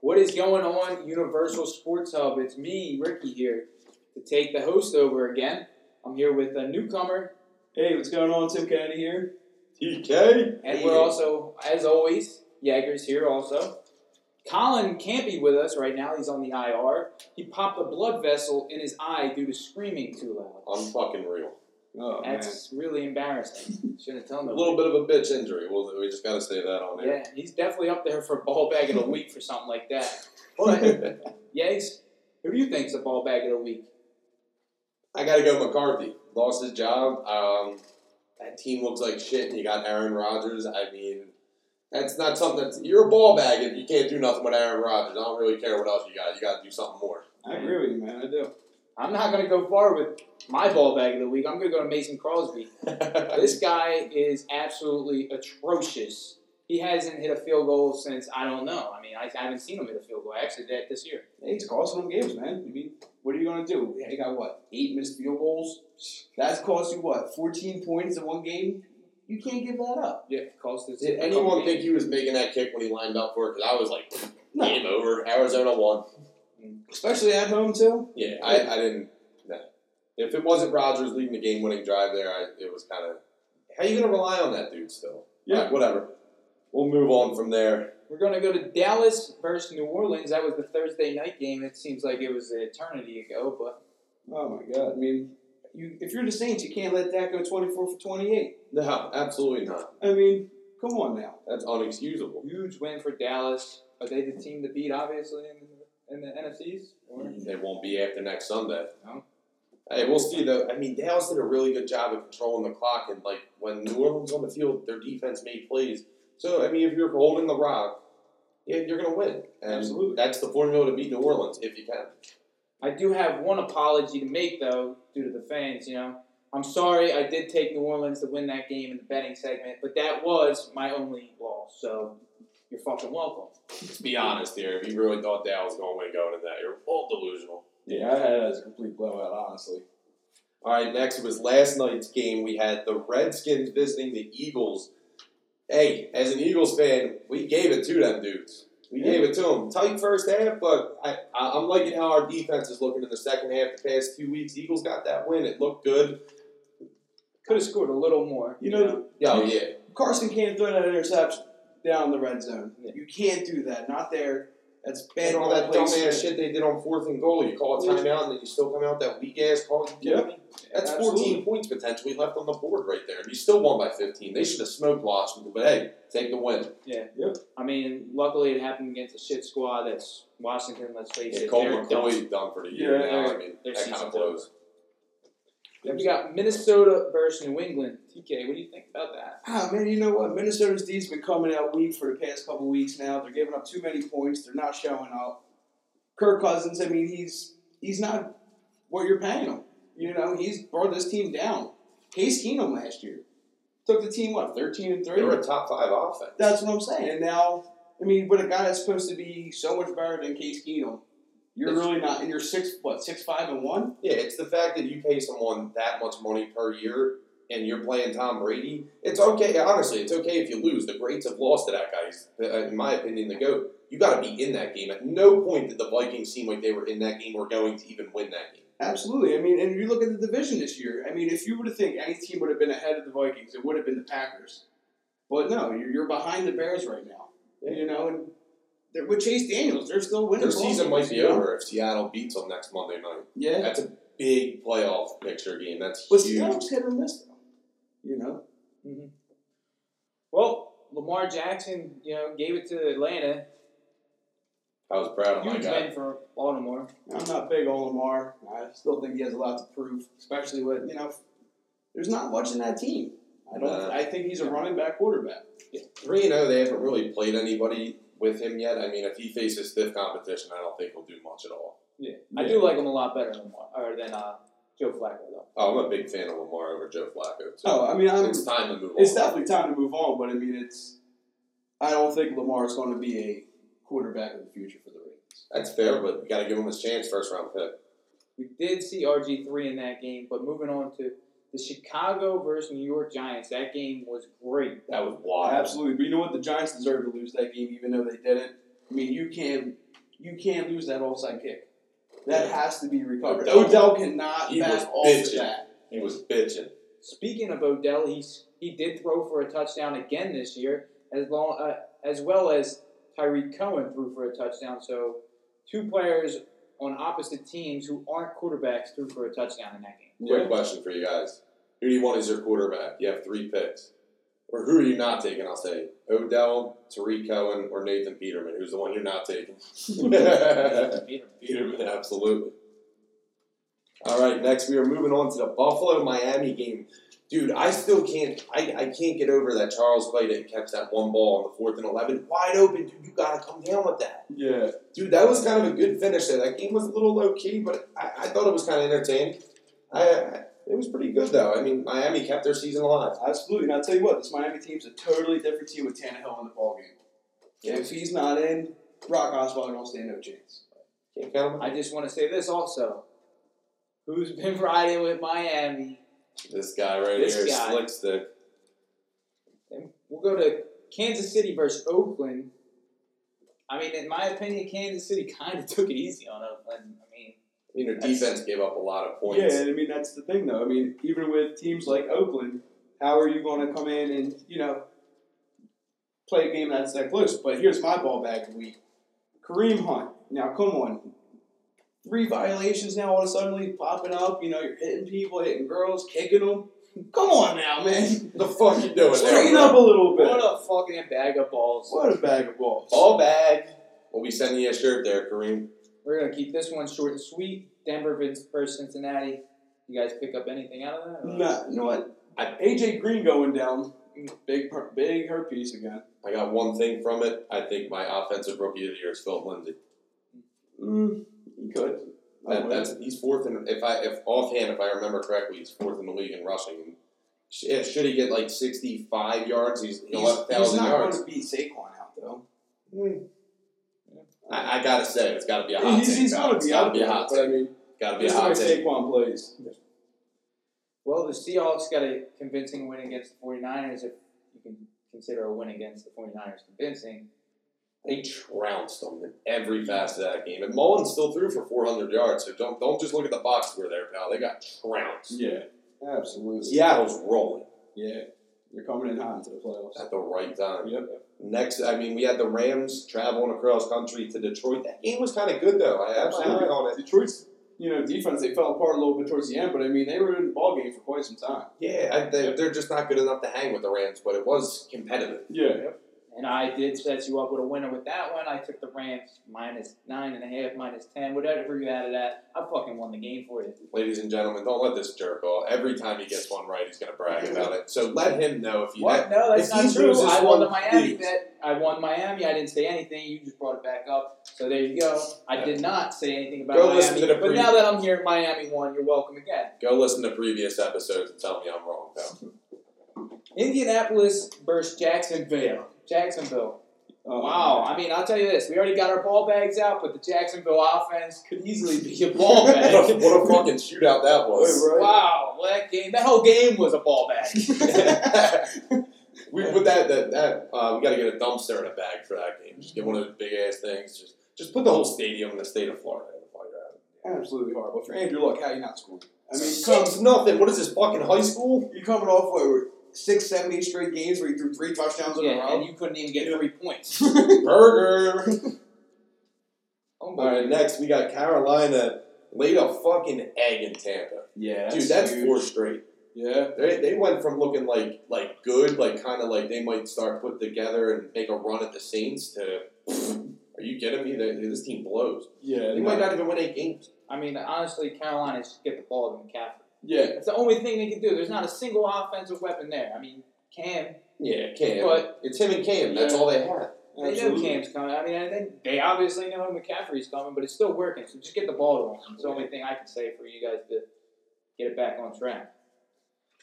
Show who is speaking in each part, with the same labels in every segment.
Speaker 1: What is going on, Universal Sports Hub? It's me, Ricky, here to take the host over again. I'm here with a newcomer,
Speaker 2: Hey, what's going on? Tim Kennedy here.
Speaker 3: TK?
Speaker 1: and we're also, as always, Jagger's here also. Colin can't be with us right now. He's on the IR. He popped a blood vessel in his eye due to screaming too loud.
Speaker 3: I'm fucking real.
Speaker 2: Oh,
Speaker 1: That's really embarrassing. Shouldn't have told
Speaker 3: A
Speaker 1: him.
Speaker 3: little bit of a bitch injury. Well, we just gotta say that on there.
Speaker 1: Yeah, he's definitely up there for ball bag of the week for something like that. Yags, who do you think's the ball bag of the week?
Speaker 3: I gotta go McCarthy. Lost his job. Um, that team looks like shit, and you got Aaron Rodgers. I mean, that's not something that's. You're a ball bag if you can't do nothing with Aaron Rodgers. I don't really care what else you got. You gotta do something more.
Speaker 2: I agree with you, man. I do.
Speaker 1: I'm not going to go far with my ball bag of the week. I'm going to go to Mason Crosby. This guy is absolutely atrocious. He hasn't hit a field goal since I don't know. I mean, I haven't seen him hit a field goal. I actually did that this year.
Speaker 2: Hey, it's costing them games, man. I mean, what are you gonna do? They got what eight missed field goals. That's cost you what fourteen points in one game. You can't give that up.
Speaker 1: Yeah, cost us.
Speaker 3: Did anyone think he was making that kick when he lined up for it? Because I was like,
Speaker 2: No.
Speaker 3: game over. Arizona won.
Speaker 2: Especially at home too.
Speaker 3: Yeah, I, I didn't. No. If it wasn't Rodgers leading the game-winning drive there, I, it was kind of. How you gonna rely on that dude still?
Speaker 2: Yeah.
Speaker 3: Alright, whatever. We'll move on from there.
Speaker 1: We're going to go to Dallas versus New Orleans. That was the Thursday night game. It seems like it was an eternity ago, but
Speaker 2: Oh my god. I mean, you if you're the Saints, you can't let that go twenty four for twenty eight.
Speaker 3: No, absolutely not.
Speaker 2: I mean, come on now.
Speaker 3: That's unexcusable.
Speaker 1: huge win for Dallas. Are they the team to beat, obviously, in, in the NFCs? Or?
Speaker 3: They won't be after next Sunday.
Speaker 1: No.
Speaker 3: Hey, we'll see though. I mean, Dallas did a really good job of controlling the clock, and like when New Orleans on the field, their defense made plays. So I mean, if you're holding the rock, yeah, you're gonna win. And
Speaker 2: Absolutely.
Speaker 3: That's the formula to beat New Orleans if you can.
Speaker 1: I do have one apology to make, though, due to the fans. You know, I'm sorry I did take New Orleans to win that game in the betting segment, but that was my only loss. So you're fucking welcome.
Speaker 3: Let's be honest here. If you really thought Dallas was going to win going into that, you're all delusional.
Speaker 2: Yeah, I had it as a complete blowout, honestly.
Speaker 3: All right, next was last night's game. We had the Redskins visiting the Eagles. Hey, as an Eagles fan, we gave it to them dudes. We gave it to them. Tight first half, but I, I, I'm liking how our defense is looking in the second half the past two weeks. Eagles got that win. It looked good.
Speaker 1: Could have scored a little more.
Speaker 2: You know,
Speaker 3: Oh, yeah.
Speaker 2: Carson can't throw that interception down the red zone.
Speaker 1: Yeah.
Speaker 2: You can't do that. Not there. That's bad.
Speaker 3: And all
Speaker 2: ball
Speaker 3: that
Speaker 2: placement.
Speaker 3: dumbass shit they did on fourth and goal. You call a timeout and then you still come out that weak ass call. You kidding me? That's
Speaker 2: Absolutely.
Speaker 3: 14 points potentially left on the board right there. You still won by 15. They should have smoked Washington, but hey, take the win.
Speaker 1: I mean, luckily it happened against a shit squad that's Washington. Let's face
Speaker 3: Yeah,
Speaker 1: it,
Speaker 3: Colt
Speaker 1: they're dumb.
Speaker 3: McCoy's done for the year
Speaker 2: Yeah,
Speaker 3: now.
Speaker 1: they're-
Speaker 3: I mean,
Speaker 1: their
Speaker 3: that kind
Speaker 1: season's
Speaker 3: of blows.
Speaker 1: Then we got Minnesota versus New England. TK, what do you think about that?
Speaker 2: Ah man, you know what? Minnesota's D's been coming out weak for the past couple weeks now. They're giving up too many points. They're not showing up. Kirk Cousins, I mean, he's he's not what you're paying him. You know, he's brought this team down. Case Keenum last year took the team what thirteen and
Speaker 3: They
Speaker 2: three.
Speaker 3: were a top five offense.
Speaker 2: That's what I'm saying. And now, I mean, with a guy that's supposed to be so much better than Case Keenum, you're
Speaker 3: That's-
Speaker 2: really not. And you're six what six five and one.
Speaker 3: yeah, it's the fact that you pay someone that much money per year and you're playing Tom Brady. It's okay. Honestly, it's okay if you lose. The greats have lost to that guy. He's, uh, in my opinion, the GOAT. You got to be in that game. At no point did the Vikings seem like they were in that game or going to even win that game.
Speaker 2: Absolutely. I mean, and you look at the division this year. I mean, if you were to think any team would have been ahead of the Vikings, it would have been the Packers. But no, you're, you're behind the Bears right now. You know, and they're, with Chase Daniels, they're still winning.
Speaker 3: Their
Speaker 2: ball
Speaker 3: season
Speaker 2: games,
Speaker 3: might be
Speaker 2: you know?
Speaker 3: over if Seattle beats them next Monday night.
Speaker 2: Yeah,
Speaker 3: That's a big playoff picture game. That's
Speaker 2: but
Speaker 3: huge.
Speaker 2: Seattle's hit or miss though. You know,
Speaker 1: Well, Lamar Jackson, you know, gave it to Atlanta.
Speaker 3: I was proud of Oh my
Speaker 1: Huge
Speaker 3: guy.
Speaker 1: win for Baltimore.
Speaker 2: I'm not big on Lamar. I still think he has a lot to prove, especially with you know, there's not much in that team. I don't.
Speaker 3: Nah.
Speaker 2: I think he's a running back quarterback.
Speaker 3: Three and zero, they haven't really played anybody with him yet. I mean, if he faces stiff competition, I don't think he'll do much at all.
Speaker 1: I do like him a lot better than Lamar, or than uh, Joe Flacco though.
Speaker 3: Oh, I'm a big fan of Lamar over Joe Flacco. So
Speaker 2: Oh, I mean, I'm
Speaker 3: it's time to move
Speaker 2: It's
Speaker 3: on.
Speaker 2: definitely time to move on, but I mean, it's. I don't think Lamar's going to be a quarterback of the future for the Ravens.
Speaker 3: That's fair, but you got to give him his chance. First round pick.
Speaker 1: We did see RG3 in that game, but moving on to the Chicago versus New York Giants. That game was great.
Speaker 2: Oh,
Speaker 3: That was wild.
Speaker 2: Absolutely, but you know what? The Giants deserve to lose that game, even though they didn't. I mean, you can't you can't lose that offside kick. That has to be recovered.
Speaker 3: Odell-
Speaker 2: Odell cannot
Speaker 3: he was
Speaker 2: back off of
Speaker 3: bitching.
Speaker 2: that.
Speaker 3: He was bitching.
Speaker 1: Speaking of Odell, he's he did throw for a touchdown again this year, as long uh, as well as Tyreek Cohen threw for a touchdown. So two players on opposite teams who aren't quarterbacks threw for a touchdown in that game.
Speaker 3: Quick question for you guys: Who do you want as your quarterback? You have three picks, or who are you not taking? I'll say Odell, Tariq Cohen, or Nathan Peterman. Who's the one you're not taking? Peterman, absolutely. All right, next we are moving on to the Buffalo Miami game. Dude, I still can't I, I can't get over that Charles Clayton catch that one ball on the fourth and eleven. Wide open, dude, you gotta come down with that.
Speaker 2: Yeah.
Speaker 3: Dude, that was kind of a good finish there. That game was a little low key, but I, I thought it was kind of entertaining. I, I it was pretty good though. I mean, Miami kept their season alive.
Speaker 2: Absolutely. And I'll tell you what, this Miami team's a totally different team with Tannehill in the ballgame. If he's not in, Brock Osweiler don't stand no chance.
Speaker 3: Can't count 'em out.
Speaker 1: I just want to say this also. Who's been riding with Miami?
Speaker 3: This guy right
Speaker 1: This
Speaker 3: here,
Speaker 1: guy.
Speaker 3: slick stick.
Speaker 1: And we'll go to Kansas City versus Oakland. I mean, in my opinion, Kansas City kind of took it easy on Oakland. I mean,
Speaker 3: You know,
Speaker 1: That's-
Speaker 3: defense gave up a lot of points.
Speaker 2: Yeah, and I mean that's the thing though. I mean, even with teams like Oakland, how are you going to come in and you know play a game that's that close? But here's my ball back of the week: Kareem Hunt. Now, come on, three violations now all of a sudden popping up. You know, you're hitting people, hitting girls, kicking them. Come on now, man,
Speaker 3: The fuck you doing?
Speaker 2: straighten
Speaker 3: there,
Speaker 2: up a little
Speaker 1: what
Speaker 2: bit.
Speaker 1: a fucking bag of balls.
Speaker 2: What a bag of balls.
Speaker 3: All bag. We'll be sending you a shirt there, Kareem.
Speaker 1: We're gonna keep this one short and sweet. Denver versus Cincinnati. You guys pick up anything out of that? or-
Speaker 2: Nah, you know what? AJ Green going down, big per- big hurt piece again.
Speaker 3: I got one thing from it. I think my offensive rookie of the year is Philip Lindsay.
Speaker 2: Mm, he could. I
Speaker 3: That,
Speaker 2: would.
Speaker 3: that's he's fourth in if I if offhand if I remember correctly, he's fourth in the league in rushing. Sh- yeah, Should he get like sixty five yards, he's
Speaker 2: He's,
Speaker 3: he'll have
Speaker 2: he's
Speaker 3: thousand
Speaker 2: not
Speaker 3: yards.
Speaker 2: going to beat Saquon out though.
Speaker 3: I, I gotta say, it's gotta be a hot
Speaker 2: he's
Speaker 3: take.
Speaker 2: he's
Speaker 3: Bob.
Speaker 2: going to
Speaker 3: It's
Speaker 2: be
Speaker 3: gotta
Speaker 2: out
Speaker 3: be a
Speaker 2: there,
Speaker 3: hot
Speaker 2: but I
Speaker 3: take.
Speaker 2: mean,
Speaker 3: Gotta be a
Speaker 2: this is where
Speaker 3: hot take.
Speaker 2: Saquon plays.
Speaker 1: Well, the Seahawks got a convincing win against the 49ers if you can consider a win against the 49ers convincing.
Speaker 3: They trounced them in every facet of that game. And Mullins still threw for four hundred yards, so don't don't just look at the box score there, pal. They got trounced.
Speaker 2: Yeah, absolutely.
Speaker 3: Seattle's rolling
Speaker 2: yeah. They're coming in hot into the playoffs.
Speaker 3: at the right time.
Speaker 2: Yep.
Speaker 3: Next, I mean, we had the Rams traveling across country to Detroit. That game was kind of good, though. I absolutely called it.
Speaker 2: Detroit's you know defense they fell apart a little bit towards the end, but I mean they were in the ball game for quite some time.
Speaker 3: Yeah, I, they, they're just not good enough to hang with the Rams, but it was competitive.
Speaker 2: Yeah.
Speaker 1: And I did set you up with a winner with that one. I took the Rams minus nine and a half, minus ten, whatever you had it at. I fucking won the game for you.
Speaker 3: Ladies and gentlemen, don't let this jerk off. Every time he gets one right, he's going to brag about it. So let him know if you
Speaker 1: What? No, that's
Speaker 3: if he
Speaker 1: not true.
Speaker 3: loses
Speaker 1: I won the
Speaker 3: one,
Speaker 1: Miami
Speaker 3: please.
Speaker 1: bet. I won Miami. I didn't say anything. You just brought it back up. So there you go. I did not say anything about
Speaker 3: Go
Speaker 1: Miami.
Speaker 3: listen to the
Speaker 1: but
Speaker 3: preview.
Speaker 1: now that I'm here, Miami won. You're welcome again.
Speaker 3: Go listen to previous episodes and tell me I'm wrong, though.
Speaker 1: Indianapolis versus Jacksonville. Jacksonville.
Speaker 3: Oh,
Speaker 2: Um,
Speaker 1: Wow. I mean, I'll tell you this. We already got our ball bags out, but the Jacksonville offense could easily be a ball
Speaker 3: what, a,
Speaker 1: bag.
Speaker 3: what a fucking shootout that was.
Speaker 2: Wait,
Speaker 1: wow. Well, that game. That whole game was a ball bag.
Speaker 3: we put that, that, that uh, we got to get a dumpster in a bag for that game. Just get one of those big ass things. Just, just put the whole stadium in the state of Florida. While you're at it.
Speaker 2: Absolutely horrible for Andrew Luck. How you not scoring? I mean, you come,
Speaker 3: Six nothing. What is this fucking high school?
Speaker 2: you coming off what six, seven, eight straight games where you threw three touchdowns in a
Speaker 1: yeah,
Speaker 2: row.
Speaker 1: and you couldn't even get three points.
Speaker 3: Burger.
Speaker 1: Oh,
Speaker 3: All right, next we got Carolina laid a fucking egg in Tampa.
Speaker 2: yeah,
Speaker 3: Dude, that's four straight.
Speaker 2: yeah.
Speaker 3: They, they went from looking like like good, like kind of like they might start put together and make a run at the Saints to. Are you kidding me? They, this team blows.
Speaker 2: Yeah,
Speaker 3: They
Speaker 2: no.
Speaker 3: might not even win eight games.
Speaker 1: I mean, honestly, Carolina should get the ball to McCaffrey.
Speaker 2: Yeah,
Speaker 1: That's the only thing they can do. There's not a single offensive weapon there. I mean, Cam.
Speaker 3: Yeah, Cam.
Speaker 1: But-
Speaker 3: it's him and Cam. That's
Speaker 2: Yeah.
Speaker 3: all they have.
Speaker 1: They know
Speaker 2: absolutely.
Speaker 1: Cam's coming. I mean, I think they obviously know McCaffrey's coming, but it's still working. So just get the ball to him. It's the only thing I can say for you guys to get it back on track.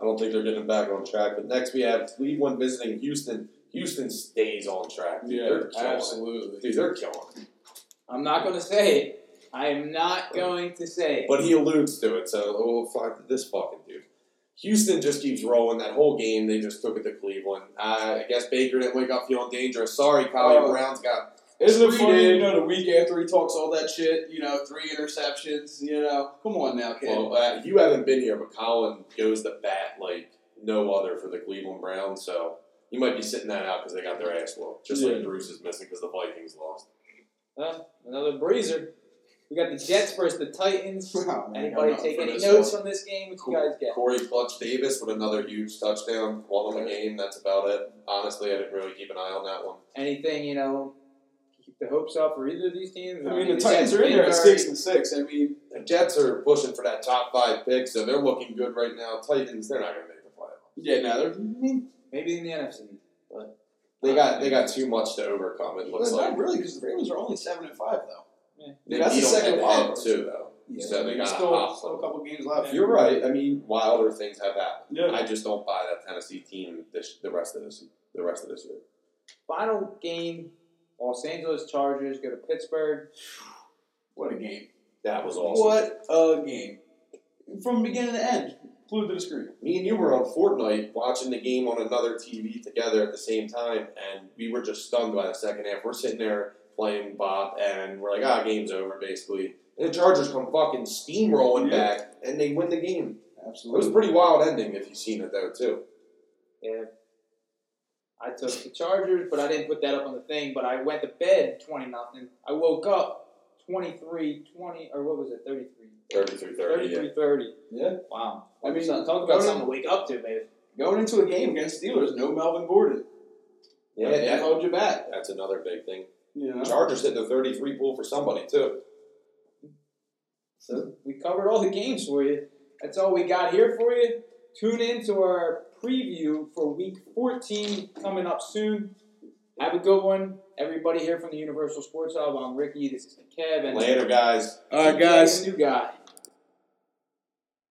Speaker 3: I don't think they're getting back on track. But next we have Cleveland visiting Houston. Houston stays on track. Dude,
Speaker 2: Yeah,
Speaker 3: they're killing it.
Speaker 2: absolutely.
Speaker 3: Dude, they're killing. it.
Speaker 1: I'm not going to say it. I am not going to say it.
Speaker 3: But he alludes to it, so oh fuck this fucking dude. Houston just keeps rolling that whole game. They just took it to Cleveland. Uh, I guess Baker didn't wake up feeling dangerous. Sorry, Collier
Speaker 2: Oh.
Speaker 3: Brown's got
Speaker 2: Isn't it
Speaker 3: Three
Speaker 2: funny?
Speaker 3: days.
Speaker 2: You know, the week after he talks all that shit, you know, three interceptions. You know, come on now, kid.
Speaker 3: Well, uh, you haven't been here, but Colin goes to bat like no other for the Cleveland Browns, so you might be sitting that out because they got their ass whooped, just
Speaker 2: Yeah.
Speaker 3: like Bruce is missing because the Vikings lost.
Speaker 1: Well, another breezer. We got the Jets versus the Titans.
Speaker 2: Oh, man, I'm
Speaker 1: Anybody
Speaker 2: up
Speaker 1: take
Speaker 2: for
Speaker 1: any
Speaker 2: this
Speaker 1: notes
Speaker 2: one.
Speaker 1: from this game? What
Speaker 3: Cool.
Speaker 1: you guys get?
Speaker 3: Corey Clutch Davis with another huge touchdown, one on the game. That's about it. Honestly, I didn't really keep an eye on that one.
Speaker 1: Anything you know? Keep the hopes up for either of these teams.
Speaker 2: I mean, the
Speaker 1: Jets
Speaker 2: Titans are in there at
Speaker 1: already-
Speaker 2: six and six. I mean,
Speaker 3: The Jets are pushing for that top five pick, so they're looking good right now. Titans, they're not going to make the playoffs.
Speaker 2: yeah, now they're
Speaker 1: Maybe in the NFC.
Speaker 3: They got they got too much to overcome. It looks
Speaker 2: Well,
Speaker 3: like
Speaker 2: not really because the Ravens are only seven and five though.
Speaker 3: they
Speaker 2: That's the
Speaker 3: beat 'em
Speaker 2: second
Speaker 3: head-to-head,
Speaker 2: wild card.
Speaker 3: too, though. So they
Speaker 2: there's
Speaker 3: got
Speaker 2: still,
Speaker 3: hops
Speaker 2: still
Speaker 3: on
Speaker 2: a
Speaker 3: them.
Speaker 2: couple games left.
Speaker 3: You're right. I mean, wilder things have happened.
Speaker 2: Yeah.
Speaker 3: I just don't buy that Tennessee team this the rest of this the rest of this year.
Speaker 1: Final game: Los Angeles Chargers go to Pittsburgh.
Speaker 2: What a game!
Speaker 3: That was awesome.
Speaker 2: What a game! From beginning to end, glued to the screen.
Speaker 3: Me and you were on Fortnite watching the game on another TV together at the same time, and we were just stunned by the second half. We're sitting there playing Bop, and we're like, ah, game's over, basically. And the Chargers come fucking steamrolling
Speaker 2: Yeah.
Speaker 3: back, and they win the game. It was a
Speaker 2: Absolutely.
Speaker 3: pretty wild ending if you've seen it, though, too.
Speaker 1: Yeah. I took the Chargers, but I didn't put that up on the thing. But I went to bed twenty nothing. I woke up 23, 20, or what was it, 33?
Speaker 3: 33 30. Yeah.
Speaker 1: 30.
Speaker 2: Yeah.
Speaker 1: Wow.
Speaker 2: I mean,
Speaker 1: So-
Speaker 2: uh,
Speaker 1: talk about
Speaker 2: going-
Speaker 1: something to wake up to, maybe.
Speaker 2: Going into a game against Steelers, no Melvin Gordon.
Speaker 3: Yeah,
Speaker 2: that
Speaker 3: that-
Speaker 2: held you back.
Speaker 3: that's another big thing.
Speaker 2: You know.
Speaker 3: Chargers hit the 33 pool for somebody, too.
Speaker 1: So we covered all the games for you. That's all we got here for you. Tune in to our preview for week 14 coming up soon. Have a good one. Everybody here from the Universal Sports Hub. I'm Ricky. This is Kev. And
Speaker 3: Later, guys.
Speaker 2: All right,
Speaker 1: New guy.